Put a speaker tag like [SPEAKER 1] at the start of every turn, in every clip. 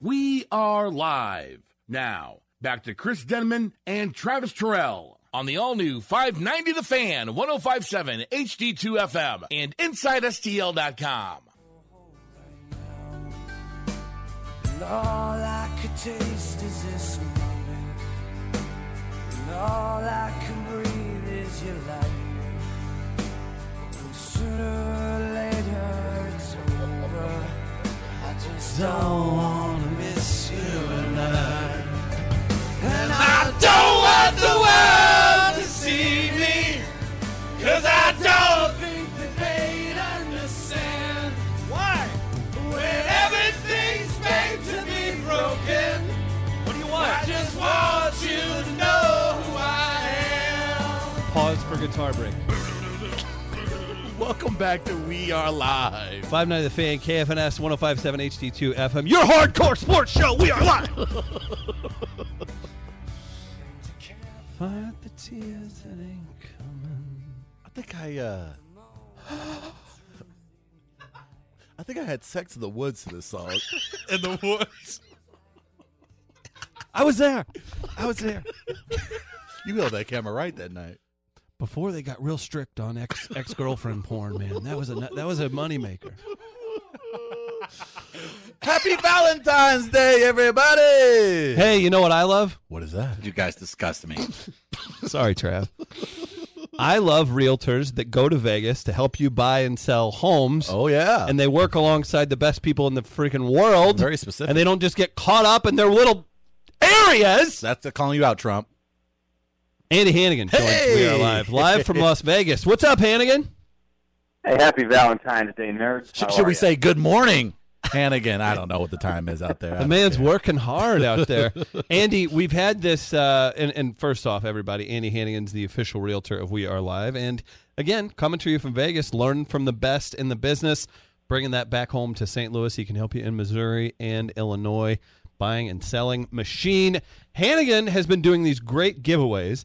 [SPEAKER 1] We are live. Now, back to Chris Denman and Travis Terrell on the all new 590 The Fan, 1057 HD2 FM, and InsideSTL.com.
[SPEAKER 2] And all I could taste is this moment. And all I can breathe is your light. And sooner or later it's over. I just don't want to miss you tonight. And I don't want the world to see me. Cause I don't think that they'd understand. Why? When everything's made to be broken, what do you want? I just want you to know who I am.
[SPEAKER 3] Pause for guitar break.
[SPEAKER 1] Welcome back to We Are Live.
[SPEAKER 3] Five Night of the Fan, KFNS 1057 HD2 FM, your hardcore sports show. We are live. Fight the tears that ain't coming.
[SPEAKER 4] I think I uh I think I had sex in the woods to this song.
[SPEAKER 5] in the woods.
[SPEAKER 3] I was there. I was there.
[SPEAKER 4] you held that camera right that night.
[SPEAKER 3] Before they got real strict on ex ex girlfriend porn, man, that was a nu- that was a moneymaker.
[SPEAKER 4] Happy Valentine's Day, everybody!
[SPEAKER 3] Hey, you know what I love?
[SPEAKER 4] What is that?
[SPEAKER 5] You guys disgust me.
[SPEAKER 3] Sorry, Trav. I love realtors that go to Vegas to help you buy and sell homes.
[SPEAKER 4] Oh yeah.
[SPEAKER 3] and they work alongside the best people in the freaking world.
[SPEAKER 4] Very specific.
[SPEAKER 3] And they don't just get caught up in their little areas.
[SPEAKER 4] that's uh, calling you out, Trump.
[SPEAKER 3] Andy Hannigan joins We Are
[SPEAKER 4] Hey!
[SPEAKER 3] Live, live from Las Vegas. What's up, Hannigan?
[SPEAKER 6] Hey, happy Valentine's Day, nerds.
[SPEAKER 4] Sh-
[SPEAKER 6] How
[SPEAKER 4] should
[SPEAKER 6] are
[SPEAKER 4] we
[SPEAKER 6] ya?
[SPEAKER 4] say good morning? Hannigan, I don't know what the time is out there. I
[SPEAKER 3] The
[SPEAKER 4] don't
[SPEAKER 3] man's
[SPEAKER 4] care.
[SPEAKER 3] working hard out there. Andy, we've had this, uh, and, and first off, everybody, Andy Hannigan's the official realtor of We Are Live. And again, coming to you from Vegas, learn from the best in the business, bringing that back home to St. Louis. He can help you in Missouri and Illinois, buying and selling machine. Hannigan has been doing these great giveaways,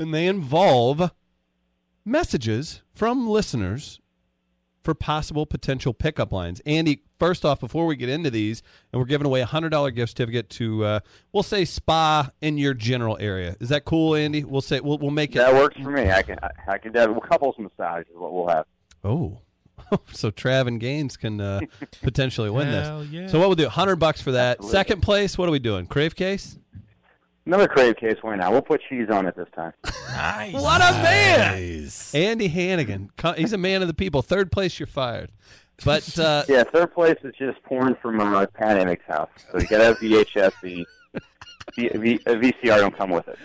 [SPEAKER 3] and they involve messages from listeners for possible potential pickup lines. Andy, first off, before we get into these, and we're giving away a hundred dollar gift certificate to, uh, we'll say spa in your general area. Is that cool, Andy? We'll say we'll we'll make it.
[SPEAKER 6] That works for me. I can I, I can have couples massage is what we'll have.
[SPEAKER 3] Oh. so Trav and Gaines can uh, potentially win
[SPEAKER 5] Hell
[SPEAKER 3] this.
[SPEAKER 5] yeah.
[SPEAKER 3] So what we'll do? Hundred bucks for that.
[SPEAKER 6] Absolutely.
[SPEAKER 3] Second place. What are we doing? Crave case.
[SPEAKER 6] Another crave case. Why not? We'll put cheese on it this time.
[SPEAKER 3] What a man!
[SPEAKER 4] Nice.
[SPEAKER 3] Andy Hannigan. Co- He's a man of the people. Third place, you're fired. But uh,
[SPEAKER 6] Yeah, third place is just porn from uh, Pat Emick's house. So you gotta have VHS. The, the, the a VCR don't come with it.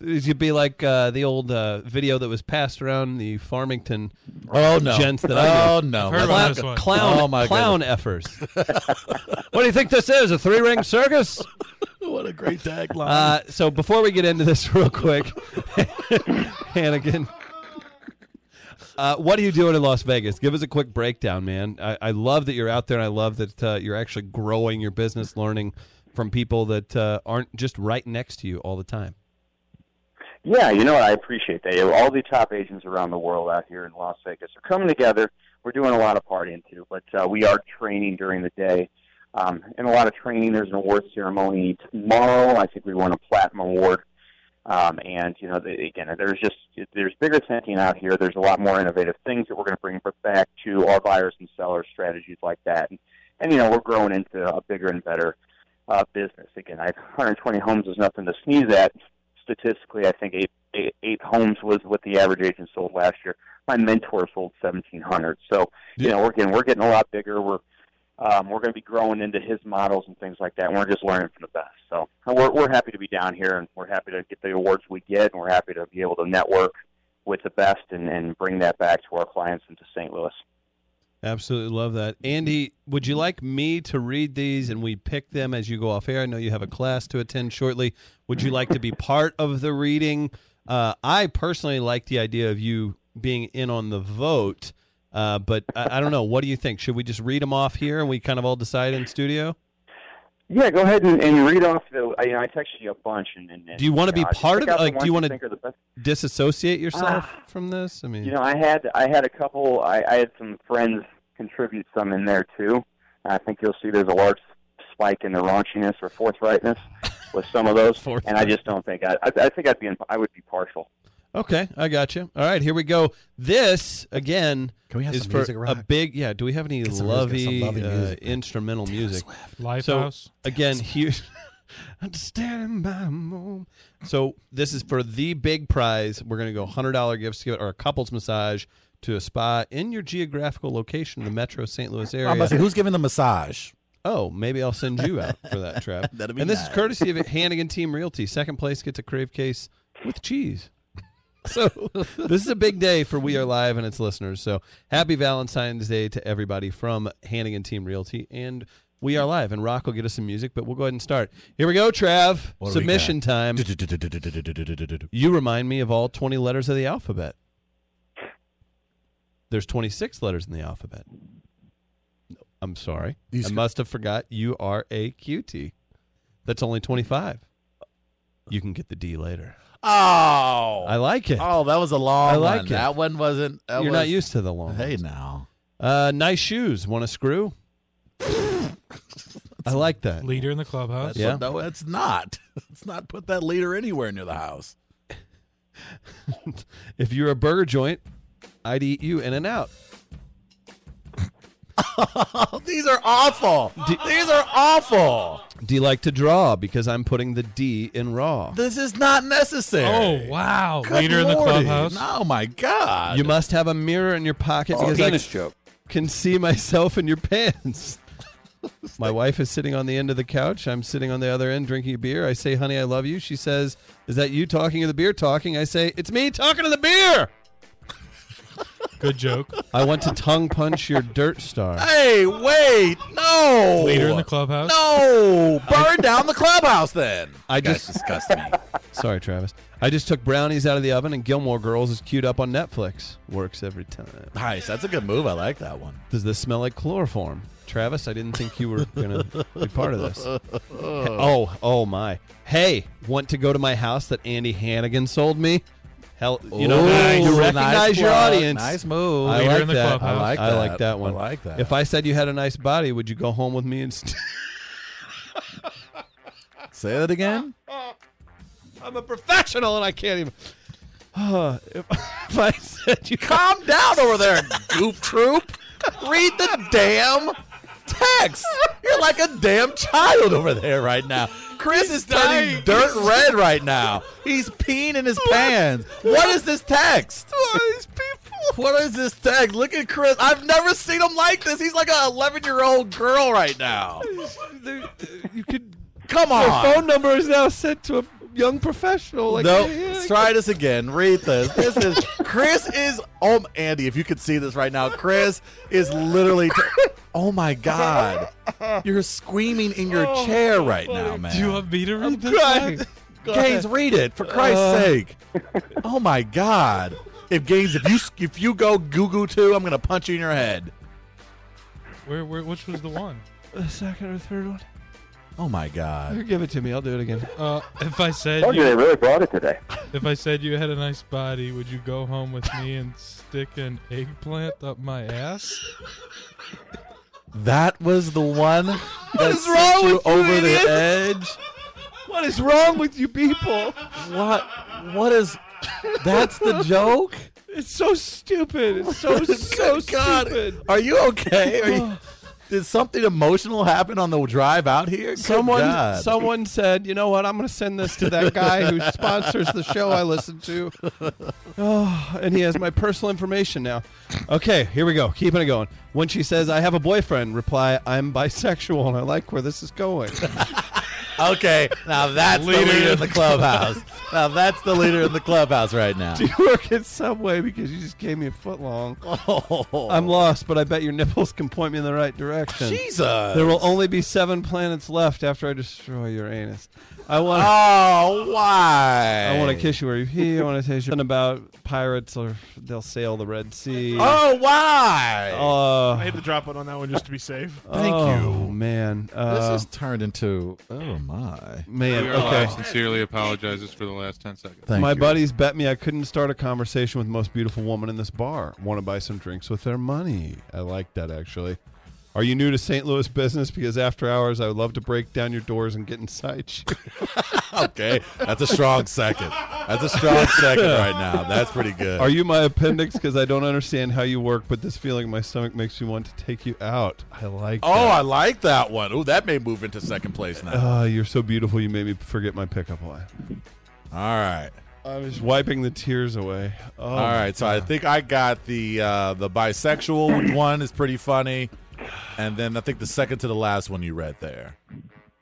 [SPEAKER 3] you'd be like uh, the old uh, video that was passed around the Farmington
[SPEAKER 4] Oh no.
[SPEAKER 3] Gents that I
[SPEAKER 4] oh no.
[SPEAKER 5] Heard about
[SPEAKER 3] Clown,
[SPEAKER 5] this one.
[SPEAKER 3] clown,
[SPEAKER 4] Oh, my
[SPEAKER 3] clown effers. what do you think this is? A three ring circus?
[SPEAKER 4] What a great tagline.
[SPEAKER 3] Uh, so before we get into this, real quick, Hannigan, uh, what are you doing in Las Vegas? Give us a quick breakdown, man. I, I love that you're out there, and I love that uh, you're actually growing your business, learning from people that uh, aren't just right next to you all the time.
[SPEAKER 6] Yeah, you know what? I appreciate that. All the top agents around the world out here in Las Vegas are coming together. We're doing a lot of partying too, but uh, we are training during the day. Um, and a lot of training. There's an award ceremony tomorrow. I think we won a platinum award. Um, and you know, the, again, there's just there's bigger thinking out here. There's a lot more innovative things that we're going to bring back to our buyers and sellers, strategies like that. And, and you know, we're growing into a bigger and better uh, business. Again, I, 120 homes is nothing to sneeze at. Statistically, I think eight, eight, eight homes was what the average agent sold last year. My mentor sold 1,700. So you know, we're getting we're getting a lot bigger. We're um, we're going to be growing into his models and things like that. And we're just learning from the best. So and we're we're happy to be down here, and we're happy to get the awards we get, and we're happy to be able to network with the best and, and bring that back to our clients into St. Louis.
[SPEAKER 3] Absolutely love that. Andy, would you like me to read these and we pick them as you go off air? I know you have a class to attend shortly. Would you like to be part of the reading? Uh, I personally like the idea of you being in on the vote, uh, but I, I don't know. What do you think? Should we just read them off here and we kind of all decide in studio?
[SPEAKER 6] Yeah, go ahead and, and read off the. I, you know, I texted you a bunch, and, and
[SPEAKER 3] Do you wanna
[SPEAKER 6] and,
[SPEAKER 3] be part of it?
[SPEAKER 6] pick out the
[SPEAKER 3] Like, do
[SPEAKER 6] ones
[SPEAKER 3] you wanna-
[SPEAKER 6] think are the best.
[SPEAKER 3] Disassociate yourself from this? I mean,
[SPEAKER 6] You know, I had I had a couple. I, I had some friends contribute some in there too. I think you'll see there's a large spike in the raunchiness or forthrightness with some of those, and I just don't think I, I, I think I'd be in, I would be partial.
[SPEAKER 3] Okay, I got you. All right, here we go. This again Can
[SPEAKER 6] we have
[SPEAKER 3] is
[SPEAKER 6] some
[SPEAKER 3] for
[SPEAKER 6] music,
[SPEAKER 3] a big yeah. Do we have any
[SPEAKER 4] Get some- let's get some
[SPEAKER 3] lovey,
[SPEAKER 4] lovey
[SPEAKER 3] uh,
[SPEAKER 4] music.
[SPEAKER 3] instrumental music?
[SPEAKER 7] Lifehouse?
[SPEAKER 3] So
[SPEAKER 7] Taylor
[SPEAKER 3] again, huge. I'm standing by my own- So this is for the big prize. We're gonna go hundred dollar gifts to give or a couples massage to a spa in your geographical location in the Metro St. Louis area.
[SPEAKER 4] I'm about to say, who's giving the massage?
[SPEAKER 3] Oh, maybe I'll send you out for that, Trav.
[SPEAKER 4] That'd be
[SPEAKER 3] and this is
[SPEAKER 4] nice.
[SPEAKER 3] courtesy of Hannigan Team Realty. Second place gets a Crave case with cheese. So this is a big day for We Are Live and its listeners. So happy Valentine's Day to everybody from Hannigan Team Realty and We Are Live. And Rock will get us some music, but we'll go ahead and start. Here we go, Trav.
[SPEAKER 4] What do we
[SPEAKER 3] Submission time. You remind me of all 20 letters of the alphabet. There's 26 letters in the alphabet. I'm sorry. I must have forgot you are a cutie. That's only 25. You can get the D later.
[SPEAKER 4] Oh,
[SPEAKER 3] I like it.
[SPEAKER 4] Oh, that was a long.
[SPEAKER 3] I like
[SPEAKER 4] one.
[SPEAKER 3] it.
[SPEAKER 4] That one wasn't. that
[SPEAKER 3] You're not
[SPEAKER 4] was-
[SPEAKER 3] used to the long.
[SPEAKER 4] Hey
[SPEAKER 3] ones.
[SPEAKER 4] now,
[SPEAKER 3] Uh, nice shoes. Want a screw? I like that.
[SPEAKER 7] Leader in the clubhouse.
[SPEAKER 4] that's
[SPEAKER 3] Yeah.
[SPEAKER 4] what- no, it's not. Let's not put that leader anywhere near the house.
[SPEAKER 3] If you're a burger joint, I'd eat you in and out.
[SPEAKER 4] Oh, These are awful. These are awful.
[SPEAKER 3] Do you like to draw? Because I'm putting the D in raw.
[SPEAKER 4] This is not necessary.
[SPEAKER 7] Oh wow!
[SPEAKER 4] Good
[SPEAKER 7] Leader in the
[SPEAKER 4] lordy.
[SPEAKER 7] clubhouse.
[SPEAKER 4] Oh my god.
[SPEAKER 3] You must have a mirror in your pocket because I
[SPEAKER 5] joke.
[SPEAKER 3] can see myself in your pants. My wife is sitting on the end of the couch. I'm sitting on the other end drinking a beer. I say, honey, I love you. She says, is that you talking to the beer talking? I say, it's me talking to the beer.
[SPEAKER 7] Good joke.
[SPEAKER 3] I want to tongue punch your dirt star.
[SPEAKER 4] Hey, wait. No.
[SPEAKER 7] Leader in the clubhouse.
[SPEAKER 4] No. Burn down the clubhouse then.
[SPEAKER 3] I
[SPEAKER 5] Guys
[SPEAKER 3] just,
[SPEAKER 5] disgust me.
[SPEAKER 3] sorry, Travis. I just took brownies out of the oven and Gilmore Girls is queued up on Netflix. Works every time.
[SPEAKER 4] Nice. That's a good move. I like that one.
[SPEAKER 3] Does this smell like chloroform? Travis, I didn't think you were going to be part of this. Oh, oh my. Hey, want to go to my house that Andy Hannigan sold me? Hell, you know,
[SPEAKER 4] Ooh,
[SPEAKER 3] you
[SPEAKER 4] nice
[SPEAKER 3] recognize your
[SPEAKER 4] plug.
[SPEAKER 3] audience.
[SPEAKER 4] Nice move.
[SPEAKER 3] I
[SPEAKER 7] Leader
[SPEAKER 3] like
[SPEAKER 7] in the
[SPEAKER 3] that.
[SPEAKER 7] clubhouse.
[SPEAKER 3] I like that. I like that one.
[SPEAKER 4] I like that.
[SPEAKER 3] If I said you had a nice body, would you go home with me and st-
[SPEAKER 4] Say that again.
[SPEAKER 3] I'm a professional and I can't even. Uh, if, if I said you
[SPEAKER 4] Calm down over there, goof troop. Read the damn text. You're like a damn child over there right now. Chris is turning dirt red right now. He's peeing in his pants. What is this text? What are these people? What is this text? Look at Chris. I've never seen him like this. He's like an 11 year old girl right now.
[SPEAKER 3] you could,
[SPEAKER 4] Come
[SPEAKER 3] your
[SPEAKER 4] on.
[SPEAKER 3] phone number is now sent to a young professional. Like,
[SPEAKER 4] nope.
[SPEAKER 3] yeah,
[SPEAKER 4] Let's
[SPEAKER 3] yeah,
[SPEAKER 4] try this again. Read this. This is Chris is oh Andy, if you could see this right now, Chris is literally t- Oh my god. You're screaming in your
[SPEAKER 3] Oh,
[SPEAKER 4] chair right now, man.
[SPEAKER 7] Do you want me to read this?
[SPEAKER 3] crying.
[SPEAKER 7] one?
[SPEAKER 4] Gaines, read it for Christ's
[SPEAKER 3] Uh.
[SPEAKER 4] sake. Oh my god. If Gaines, if you if you go goo goo too, I'm gonna punch you in your head.
[SPEAKER 7] Where, where? Which was the one?
[SPEAKER 3] The second or third one.
[SPEAKER 4] Oh my god.
[SPEAKER 3] You give it to me. I'll do it again.
[SPEAKER 7] Uh, if I said
[SPEAKER 6] Told you
[SPEAKER 7] you,
[SPEAKER 6] they really brought it today.
[SPEAKER 7] if I said you had a nice body, would you go home with me and stick an eggplant up my ass?
[SPEAKER 4] That was the one that
[SPEAKER 3] is
[SPEAKER 4] sent
[SPEAKER 3] wrong
[SPEAKER 4] you
[SPEAKER 3] with you
[SPEAKER 4] over
[SPEAKER 3] idiots?
[SPEAKER 4] the edge.
[SPEAKER 3] What is wrong with you people?
[SPEAKER 4] What what is that's the joke?
[SPEAKER 3] It's so stupid. It's so so
[SPEAKER 4] Good God.
[SPEAKER 3] stupid. Oh.
[SPEAKER 4] Are you okay? Are you, did something emotional happen on the drive out here? Good
[SPEAKER 3] Someone
[SPEAKER 4] God.
[SPEAKER 3] someone said, you know what? I'm going to send this to that guy who sponsors the show I listen to. Oh, and he has my personal information now. Okay, here we go. Keeping it going. When she says, "I have a boyfriend," reply, "I'm bisexual and I like where this is going."
[SPEAKER 4] okay, now that's the
[SPEAKER 7] Leader
[SPEAKER 4] leader in
[SPEAKER 7] in
[SPEAKER 4] the clubhouse. now that's the leader in the clubhouse right now.
[SPEAKER 3] Do you work at Subway because you just gave me a foot long?
[SPEAKER 4] Oh,
[SPEAKER 3] I'm lost, but I bet your nipples can point me in the right direction.
[SPEAKER 4] Jesus.
[SPEAKER 3] There will only be seven planets left after I destroy your anus. I want.
[SPEAKER 4] oh, why?
[SPEAKER 3] I want to kiss you where you pee. I want to taste you. Something about pirates or they'll sail the Red Sea.
[SPEAKER 4] Oh, why?
[SPEAKER 3] Uh,
[SPEAKER 8] I had to drop it on that one just to be safe.
[SPEAKER 4] thank
[SPEAKER 3] oh,
[SPEAKER 4] you.
[SPEAKER 3] man. Uh,
[SPEAKER 4] this is turned into oh my.
[SPEAKER 3] man.
[SPEAKER 9] We are
[SPEAKER 3] Okay.
[SPEAKER 9] live sincerely apologizes for the last 10 seconds.
[SPEAKER 4] Thank
[SPEAKER 3] My
[SPEAKER 4] you.
[SPEAKER 3] buddies bet me I couldn't start a conversation with the most beautiful woman in this bar. Want to buy some drinks with their money? I like that actually. Are you new to St. Louis business? Because after hours, I would love to break down your doors and get inside you.
[SPEAKER 4] okay, that's a strong second. That's a strong second right now. That's pretty good.
[SPEAKER 3] Are you my appendix? Because I don't understand how you work, but this feeling in my stomach makes me want to take you out. I like.
[SPEAKER 4] Oh,
[SPEAKER 3] that.
[SPEAKER 4] I like that one. Oh, that may move into second place now.
[SPEAKER 3] Ah, you're so beautiful. You made me forget my pickup line.
[SPEAKER 4] All right.
[SPEAKER 3] I was wiping the tears away. Oh,
[SPEAKER 4] All right, so I think I got the uh, the bisexual one is pretty funny, and then I think the second to the last one you read there.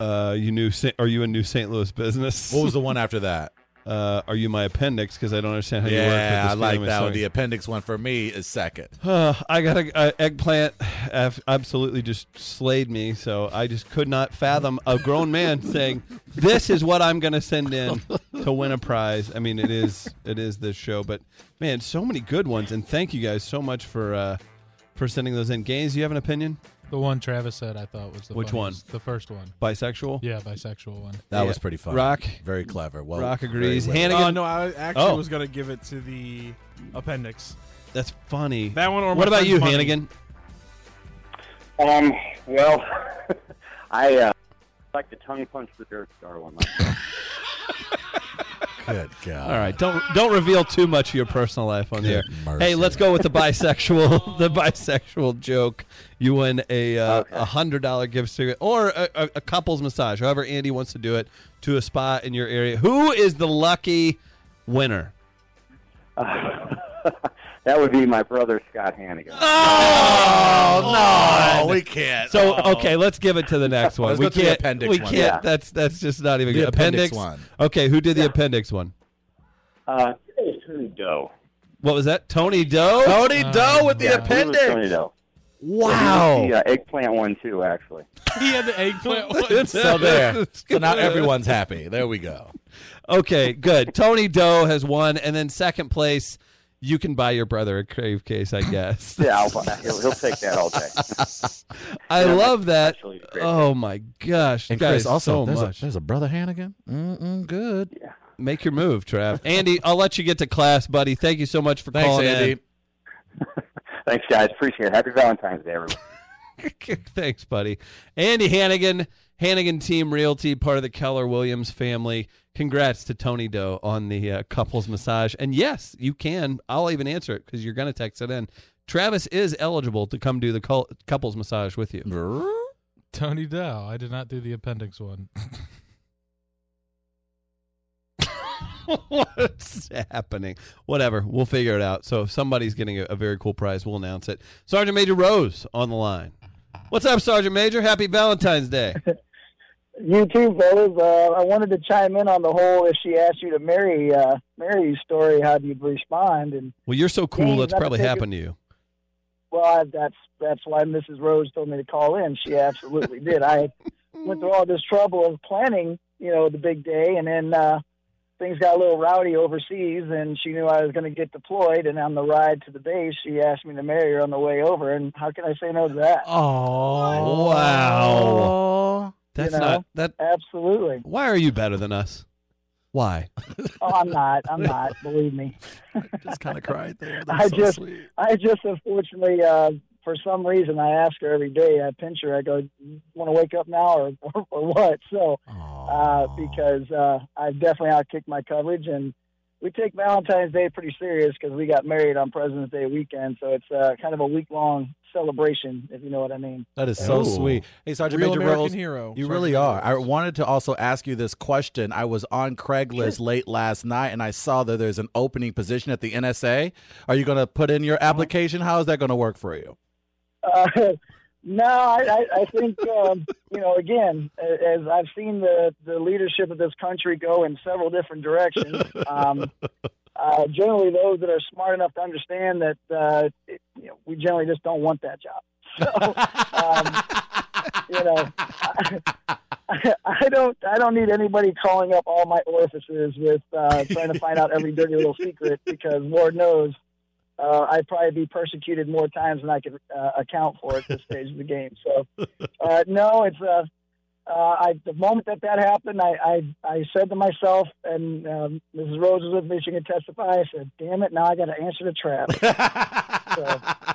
[SPEAKER 3] Uh, you knew. Sa- Are you a new St. Louis business?
[SPEAKER 4] What was the one after that?
[SPEAKER 3] Uh, are you my appendix? Because I don't understand how you work.
[SPEAKER 4] yeah,
[SPEAKER 3] with
[SPEAKER 4] I
[SPEAKER 3] this
[SPEAKER 4] like
[SPEAKER 3] feeling in my
[SPEAKER 4] that one.
[SPEAKER 3] stomach.
[SPEAKER 4] The appendix one for me is second.
[SPEAKER 3] Uh, I got a, a eggplant. Af- absolutely, just slayed me. So I just could not fathom a grown man saying, "This is what I'm going to send in to win a prize." I mean, it is it is this show, but man, so many good ones. And thank you guys so much for uh, for sending those in. Gaines, you have an opinion?
[SPEAKER 7] The one Travis said I thought was the
[SPEAKER 3] Which
[SPEAKER 7] funniest. The first one.
[SPEAKER 3] Bisexual?
[SPEAKER 7] Yeah, bisexual one.
[SPEAKER 4] That
[SPEAKER 3] Yeah.
[SPEAKER 4] was pretty funny.
[SPEAKER 3] Rock.
[SPEAKER 4] very clever. Well,
[SPEAKER 3] Rock
[SPEAKER 4] very
[SPEAKER 3] agrees.
[SPEAKER 4] well.
[SPEAKER 3] Hannigan.
[SPEAKER 8] Oh no, I actually
[SPEAKER 3] Oh.
[SPEAKER 8] was gonna give it to the appendix.
[SPEAKER 3] That's funny.
[SPEAKER 8] That one or
[SPEAKER 3] what
[SPEAKER 8] my
[SPEAKER 3] about you,
[SPEAKER 8] friend's money.
[SPEAKER 3] Hannigan?
[SPEAKER 6] Um, well, I uh, like to tongue punch the Dirt Star one. last
[SPEAKER 4] Good God.
[SPEAKER 3] All right, don't don't reveal too much of your personal life on there.
[SPEAKER 4] Good mercy.
[SPEAKER 3] Hey, let's go with the bisexual the bisexual joke. You win a uh, a hundred dollar gift certificate or a, a, a couples massage, however Andy wants to do it, to a spa in your area. Who is the lucky winner?
[SPEAKER 6] night. that would be my brother Scott Hannigan.
[SPEAKER 4] Uh, Oh, we can't.
[SPEAKER 3] So okay, let's give it to the next one.
[SPEAKER 4] Let's
[SPEAKER 3] we
[SPEAKER 4] go to the
[SPEAKER 3] can't.
[SPEAKER 4] appendix
[SPEAKER 3] we
[SPEAKER 4] one.
[SPEAKER 3] can't.
[SPEAKER 6] Yeah.
[SPEAKER 3] That's that's just not even
[SPEAKER 4] The
[SPEAKER 3] good.
[SPEAKER 4] appendix one.
[SPEAKER 3] Okay, who did the appendix one?
[SPEAKER 6] Uh, hey, Tony Doe.
[SPEAKER 3] What was that? Tony Doe.
[SPEAKER 4] Tony Doe with the
[SPEAKER 6] Yeah, he was Tony
[SPEAKER 4] appendix.
[SPEAKER 6] Doe.
[SPEAKER 4] Wow.
[SPEAKER 6] The uh, eggplant one too, actually.
[SPEAKER 7] He had the eggplant one.
[SPEAKER 4] So there. So now everyone's happy. There we go.
[SPEAKER 3] Okay, good. Tony Doe has won, and then second place, you can buy your brother a crave case, I guess.
[SPEAKER 6] Yeah, I'll, buy- he'll, he'll take that all day.
[SPEAKER 3] I
[SPEAKER 6] Yeah,
[SPEAKER 3] love that.
[SPEAKER 6] actually a crave
[SPEAKER 3] Oh my gosh,
[SPEAKER 4] And
[SPEAKER 3] guys,
[SPEAKER 4] Chris, also,
[SPEAKER 3] so
[SPEAKER 4] there's,
[SPEAKER 3] much.
[SPEAKER 4] A, there's a brother Hannigan. Mm-mm, good.
[SPEAKER 3] Make your move, Trav. Andy, I'll let you get to class, buddy. Thank you so much for
[SPEAKER 4] Thanks,
[SPEAKER 3] calling
[SPEAKER 4] Andy.
[SPEAKER 3] in.
[SPEAKER 6] Thanks, guys. Appreciate it. Happy Valentine's Day, everyone.
[SPEAKER 3] Thanks, buddy. Andy Hannigan, Hannigan Team Realty, part of the Keller Williams family. Congrats to Tony Doe on the uh, couples massage. And yes, you can. I'll even answer it because you're going to text it in. Travis is eligible to come do the cou- couples massage with you.
[SPEAKER 7] Tony Dow. I did not do the appendix one.
[SPEAKER 3] What's happening? Whatever. We'll figure it out. So if somebody's getting a, a very cool prize, we'll announce it. Sergeant Major Rose on the line. What's up, Sergeant Major? Happy Valentine's Day.
[SPEAKER 10] You too, fellas. Uh, I wanted to chime in on the whole if she asked you to marry uh, marry you story, how do you respond? And
[SPEAKER 3] Well, you're so cool.
[SPEAKER 10] Dang,
[SPEAKER 3] That's
[SPEAKER 10] that's
[SPEAKER 3] probably
[SPEAKER 10] a big-
[SPEAKER 3] happened to you.
[SPEAKER 10] well, I, that's that's why Mrs. Rose told me to call in. She absolutely did. I went through all this trouble of planning, you know, the big day, and then uh, things got a little rowdy overseas, and she knew I was going to get deployed. And on the ride to the base, she asked me to marry her on the way over. And how can I say no to that?
[SPEAKER 4] Oh
[SPEAKER 3] Wow. That's
[SPEAKER 10] You know?
[SPEAKER 3] not that.
[SPEAKER 10] Absolutely.
[SPEAKER 3] Why are you better than us? Why?
[SPEAKER 10] Oh, I'm not. I'm not. Believe me.
[SPEAKER 4] just kind of cried there.
[SPEAKER 10] I just, I just unfortunately, uh, for some reason, I ask her every day. I pinch her. I go, "Want to wake up now, or or, or what?" So, uh, because uh, I've definitely outkicked my coverage, and we take Valentine's Day pretty serious because we got married on President's Day weekend. So it's uh, kind of a week long celebration, if you know what I mean.
[SPEAKER 4] That is so
[SPEAKER 3] Ooh.
[SPEAKER 4] sweet. Hey, Sergeant
[SPEAKER 8] Real
[SPEAKER 4] Major
[SPEAKER 8] American
[SPEAKER 4] Rose,
[SPEAKER 8] hero.
[SPEAKER 4] you
[SPEAKER 8] Sergeant
[SPEAKER 4] really
[SPEAKER 8] Major
[SPEAKER 4] are. I
[SPEAKER 8] Rose.
[SPEAKER 4] wanted to also ask you this question. I was on Craigslist late last night, and I saw that there's an opening position at the NSA. Are you going to put in your
[SPEAKER 10] Uh-huh.
[SPEAKER 4] application? How is that going to work for you?
[SPEAKER 10] Uh, no, I, I, I think um, you know. Again, a- as I've seen the the leadership of this country go in several different directions. Um, uh, generally, those that are smart enough to understand that uh, it, you know, we generally just don't want that job. So, um, you know, I, I don't. I don't need anybody calling up all my orifices with uh, trying to find out every dirty little secret because Lord knows uh, I'd probably be persecuted more times than I could uh, account for at this stage of the game. So, uh, no, it's uh, uh, I, the moment that that happened, I, I, I said to myself, and um, Mrs. Rose was with me, she could testify. I said, damn it, now I got to answer the trap. So-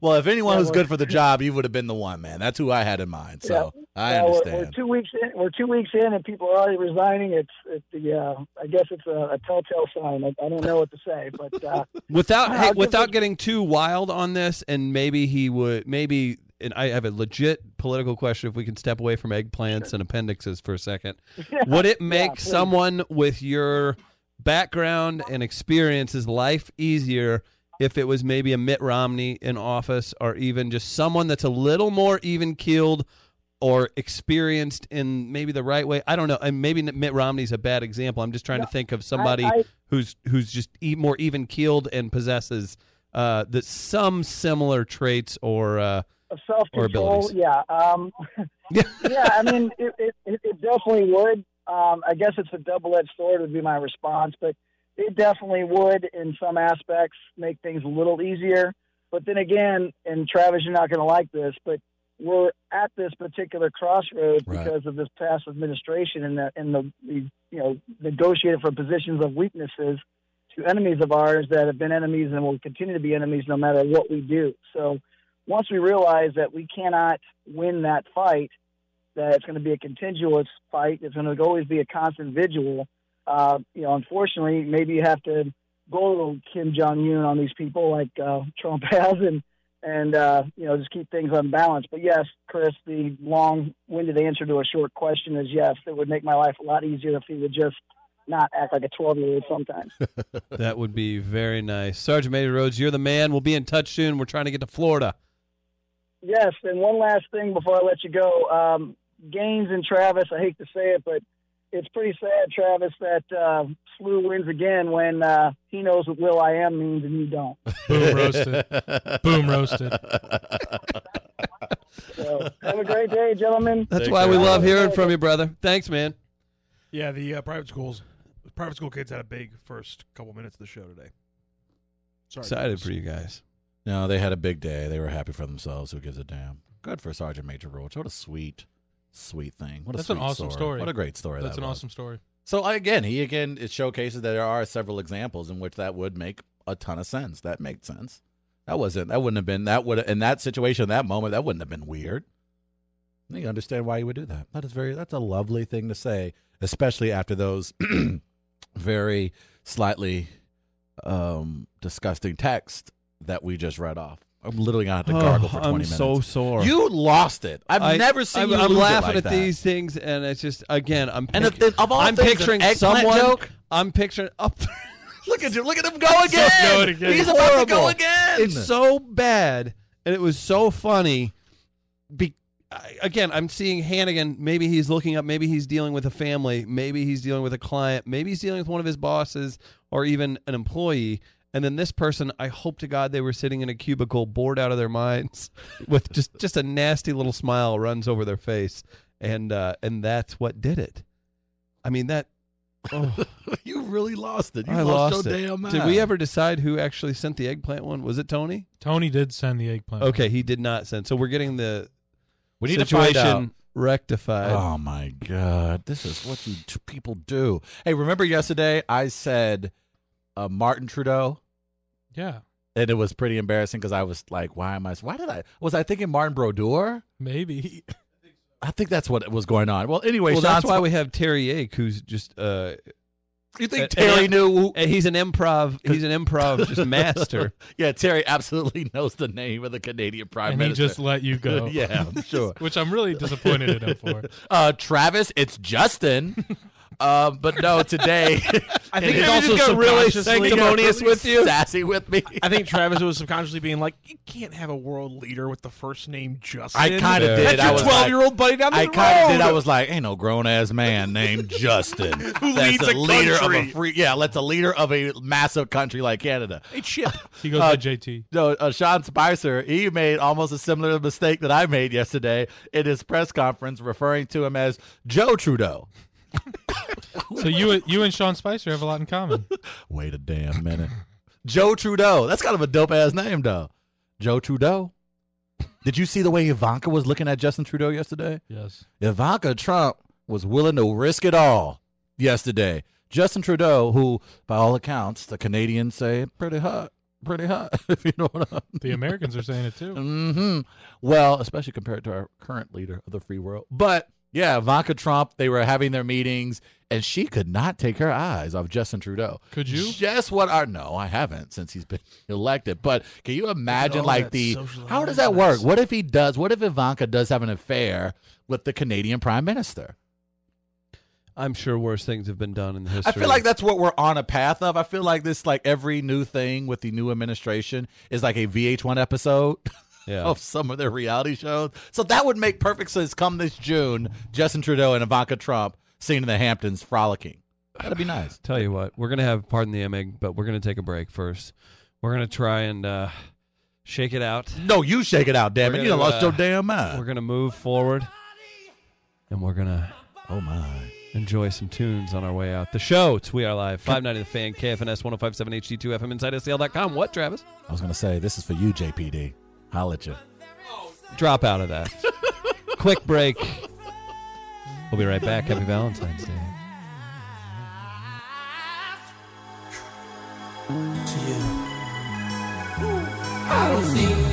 [SPEAKER 4] Well, if anyone
[SPEAKER 10] Yeah,
[SPEAKER 4] was
[SPEAKER 10] well-
[SPEAKER 4] good for the job, you would have been the one, man. That's who I had in mind. So I
[SPEAKER 10] Yeah, we're,
[SPEAKER 4] understand.
[SPEAKER 10] we're two weeks in. We're two weeks in, and people are already resigning. It's, it's the. Uh, I guess it's a, a telltale sign. I, I don't know what to say, but uh,
[SPEAKER 3] Without
[SPEAKER 10] I'll
[SPEAKER 3] hey,
[SPEAKER 10] give
[SPEAKER 3] without getting too wild on this, and maybe he would maybe. And I have a legit political question. If we can step away from eggplants and appendixes for a second, would it
[SPEAKER 11] Yeah,
[SPEAKER 3] make
[SPEAKER 11] please.
[SPEAKER 3] someone with your background and experiences life easier if it was maybe a Mitt Romney in office, or even just someone that's a little more even keeled or experienced in maybe the right way? I don't know. And maybe Mitt Romney's a bad example. I'm just trying to think of somebody
[SPEAKER 10] I-
[SPEAKER 3] who's who's just e- more even keeled and possesses uh, the some similar traits or uh,
[SPEAKER 10] self
[SPEAKER 3] or
[SPEAKER 10] control.
[SPEAKER 3] abilities.
[SPEAKER 10] Yeah. Um, yeah. I mean, it, it, it it definitely would. Um, I guess it's a double edged sword, would be my response, but it definitely would, in some aspects, make things a little easier. But then again, and Travis, you're not going to like this, but we're at this particular crossroads
[SPEAKER 12] Right.
[SPEAKER 10] because of this past administration and the, and the, the you know negotiated from positions of weaknesses to enemies of ours that have been enemies and will continue to be enemies no matter what we do. So once we realize that we cannot win that fight, that it's going to be a continuous fight, it's going to always be a constant vigil. Uh, you know, unfortunately, maybe you have to go a little Kim Jong Un on these people like uh, Trump has, and and uh, you know just keep things unbalanced. But yes, Chris, the long-winded answer to a short question is yes. It would make my life a lot easier if he would just not act like a twelve-year-old sometimes.
[SPEAKER 3] that would be very nice. Sergeant Major Rhodes, you're the man. We'll be in touch soon. We're trying to get to Florida.
[SPEAKER 10] Yes, and one last thing before I let you go. Um, Gaines and Travis, I hate to say it, but it's pretty sad, Travis, that uh, Slew wins again when uh, he knows what Will I Am means and you don't.
[SPEAKER 7] Boom roasted. Boom roasted.
[SPEAKER 10] So, have a great day, gentlemen.
[SPEAKER 3] That's why we love hearing from you, brother. Thanks, man.
[SPEAKER 8] Yeah, the uh, private schools, private school kids had a big first couple minutes of the show today. Sorry,
[SPEAKER 3] Excited for you guys.
[SPEAKER 4] No, they had a big day. They were happy for themselves. Who gives a damn? Good for Sergeant Major Roach. What a sweet, sweet thing. What a
[SPEAKER 7] That's an
[SPEAKER 4] sweet
[SPEAKER 7] awesome story.
[SPEAKER 4] What a great story.
[SPEAKER 7] That's
[SPEAKER 4] that
[SPEAKER 7] an
[SPEAKER 4] was.
[SPEAKER 7] awesome story.
[SPEAKER 4] So I- again, he again it showcases that there are several examples in which that would make a ton of sense. That made sense. That wasn't. That wouldn't have been. That would in that situation, that moment, that wouldn't have been weird. I think I understand why you would do that. That is very. That's a lovely thing to say, especially after those very slightly um, disgusting text that we just read off. I'm literally gonna have to
[SPEAKER 3] Oh,
[SPEAKER 4] gargle for
[SPEAKER 3] I'm
[SPEAKER 4] 20 minutes.
[SPEAKER 3] so sore.
[SPEAKER 4] You lost it. I've
[SPEAKER 3] I-
[SPEAKER 4] never seen.
[SPEAKER 3] I'm,
[SPEAKER 4] you
[SPEAKER 3] I'm
[SPEAKER 4] lose it
[SPEAKER 3] laughing
[SPEAKER 4] like
[SPEAKER 3] at
[SPEAKER 4] that.
[SPEAKER 3] these things, and it's just again, I'm
[SPEAKER 4] And
[SPEAKER 3] pic-
[SPEAKER 4] if the- of all
[SPEAKER 3] I'm
[SPEAKER 4] things, an
[SPEAKER 3] picturing
[SPEAKER 4] eggplant
[SPEAKER 3] someone.
[SPEAKER 4] joke?
[SPEAKER 3] I'm picturing oh, up.
[SPEAKER 4] Look at you. Look at him go again. He's about to go again.
[SPEAKER 3] It's so bad, and it was so funny. Be- I- again, I'm seeing Hannigan. Maybe he's looking up. Maybe he's dealing with a family. Maybe he's dealing with a client. Maybe he's dealing with one of his bosses or even an employee. And then this person, I hope to God they were sitting in a cubicle, bored out of their minds, with just just a nasty little smile runs over their face, and uh, and that's what did it. I mean that. Oh.
[SPEAKER 4] you really lost it. You
[SPEAKER 3] I
[SPEAKER 4] lost,
[SPEAKER 3] lost
[SPEAKER 4] your
[SPEAKER 3] it.
[SPEAKER 4] damn mind.
[SPEAKER 3] Did we ever decide who actually sent the eggplant one? Was it Tony?
[SPEAKER 7] Tony did send the eggplant.
[SPEAKER 3] Okay, he did not send. So we're getting the
[SPEAKER 4] We need to find
[SPEAKER 3] situation
[SPEAKER 4] out.
[SPEAKER 3] rectified.
[SPEAKER 4] Oh my god, this is what you t- people do. Hey, remember yesterday I said uh, Martin Trudeau,
[SPEAKER 7] Yeah,
[SPEAKER 4] and it was pretty embarrassing because I was like, why am I? Why did I? Was I thinking Martin Brodeur?
[SPEAKER 7] maybe.
[SPEAKER 4] I think that's what was going on. Well, anyway,
[SPEAKER 3] well, that's
[SPEAKER 4] Sean's-
[SPEAKER 3] why we have Terry Ake, who's just. Uh,
[SPEAKER 4] You
[SPEAKER 3] a-
[SPEAKER 4] think Terry
[SPEAKER 3] an-
[SPEAKER 4] knew? who-
[SPEAKER 3] uh, He's an improv. He's an improv just master.
[SPEAKER 4] yeah, Terry absolutely knows the name of the Canadian Prime
[SPEAKER 7] and he
[SPEAKER 4] Minister.
[SPEAKER 7] just let you go.
[SPEAKER 4] yeah, I'm sure.
[SPEAKER 7] Which I'm really disappointed in him for.
[SPEAKER 4] Uh, Travis, it's Justin. Um, but no, today
[SPEAKER 8] I think
[SPEAKER 4] And
[SPEAKER 8] it's also subconsciously-
[SPEAKER 4] sassy with me.
[SPEAKER 8] I think Travis was subconsciously being like, "You can't have a world leader with the first name Justin."
[SPEAKER 4] I kind of did.
[SPEAKER 8] That's
[SPEAKER 4] I
[SPEAKER 8] your
[SPEAKER 4] was
[SPEAKER 8] twelve-year-old
[SPEAKER 4] like-
[SPEAKER 8] buddy down the
[SPEAKER 4] I
[SPEAKER 8] road.
[SPEAKER 4] kind of did. I was like, ain't no grown ass man named Justin who
[SPEAKER 8] leads a
[SPEAKER 4] leader of
[SPEAKER 8] country.
[SPEAKER 4] a free. Yeah, let's a leader of a massive country like Canada.
[SPEAKER 8] hey, chip.
[SPEAKER 7] He goes
[SPEAKER 4] Uh,
[SPEAKER 7] to JT.
[SPEAKER 4] No, uh, Sean Spicer, he made almost a similar mistake that I made yesterday in his press conference, referring to him as Joe Trudeau.
[SPEAKER 7] So you you and Sean Spicer have a lot in common.
[SPEAKER 4] Wait a damn minute. Joe Trudeau. That's kind of a dope ass name, though. Joe Trudeau. Did you see the way Ivanka was looking at Justin Trudeau yesterday?
[SPEAKER 7] Yes.
[SPEAKER 4] Ivanka Trump was willing to risk it all yesterday. Justin Trudeau, who, by all accounts, the Canadians say pretty hot, pretty hot, if you know what I'm
[SPEAKER 7] The Americans are saying it too.
[SPEAKER 4] hmm Well, especially compared to our current leader of the free world. But yeah, Ivanka Trump, they were having their meetings, and she could not take her eyes off Justin Trudeau.
[SPEAKER 7] Could you?
[SPEAKER 4] Just what our no, I haven't since he's been elected. But can you imagine
[SPEAKER 7] all
[SPEAKER 4] like
[SPEAKER 7] that
[SPEAKER 4] the
[SPEAKER 7] social
[SPEAKER 4] how does that work? What if he does? What if Ivanka does have an affair with the Canadian Prime Minister?
[SPEAKER 3] I'm sure worse things have been done in the history.
[SPEAKER 4] I feel like that's what we're on a path of. I feel like this, like every new thing with the new administration, is like a VH1 episode
[SPEAKER 3] Yeah.
[SPEAKER 4] of some of their reality shows. So that would make perfect sense. Come this June, Justin Trudeau and Ivanka Trump seen in the Hamptons frolicking. That'd be nice.
[SPEAKER 3] Tell you what, we're gonna have pardon the imig, but we're gonna take a break first. We're gonna try and uh, shake it out.
[SPEAKER 4] No, you shake it out, damn
[SPEAKER 3] We're
[SPEAKER 4] it! You done
[SPEAKER 3] gonna,
[SPEAKER 4] lost your
[SPEAKER 3] uh,
[SPEAKER 4] damn mind.
[SPEAKER 3] We're gonna move forward, and we're gonna
[SPEAKER 4] oh my
[SPEAKER 3] enjoy some tunes on our way out. The show it's We Are Live five ninety the fan KFNS one zero five seven HD two FM inside SCL.com. What Travis?
[SPEAKER 4] I was gonna say this is for you, JPD. Holla at you.
[SPEAKER 3] Drop out of that. Quick break. We'll be right back. Happy Valentine's Day.
[SPEAKER 2] I don't think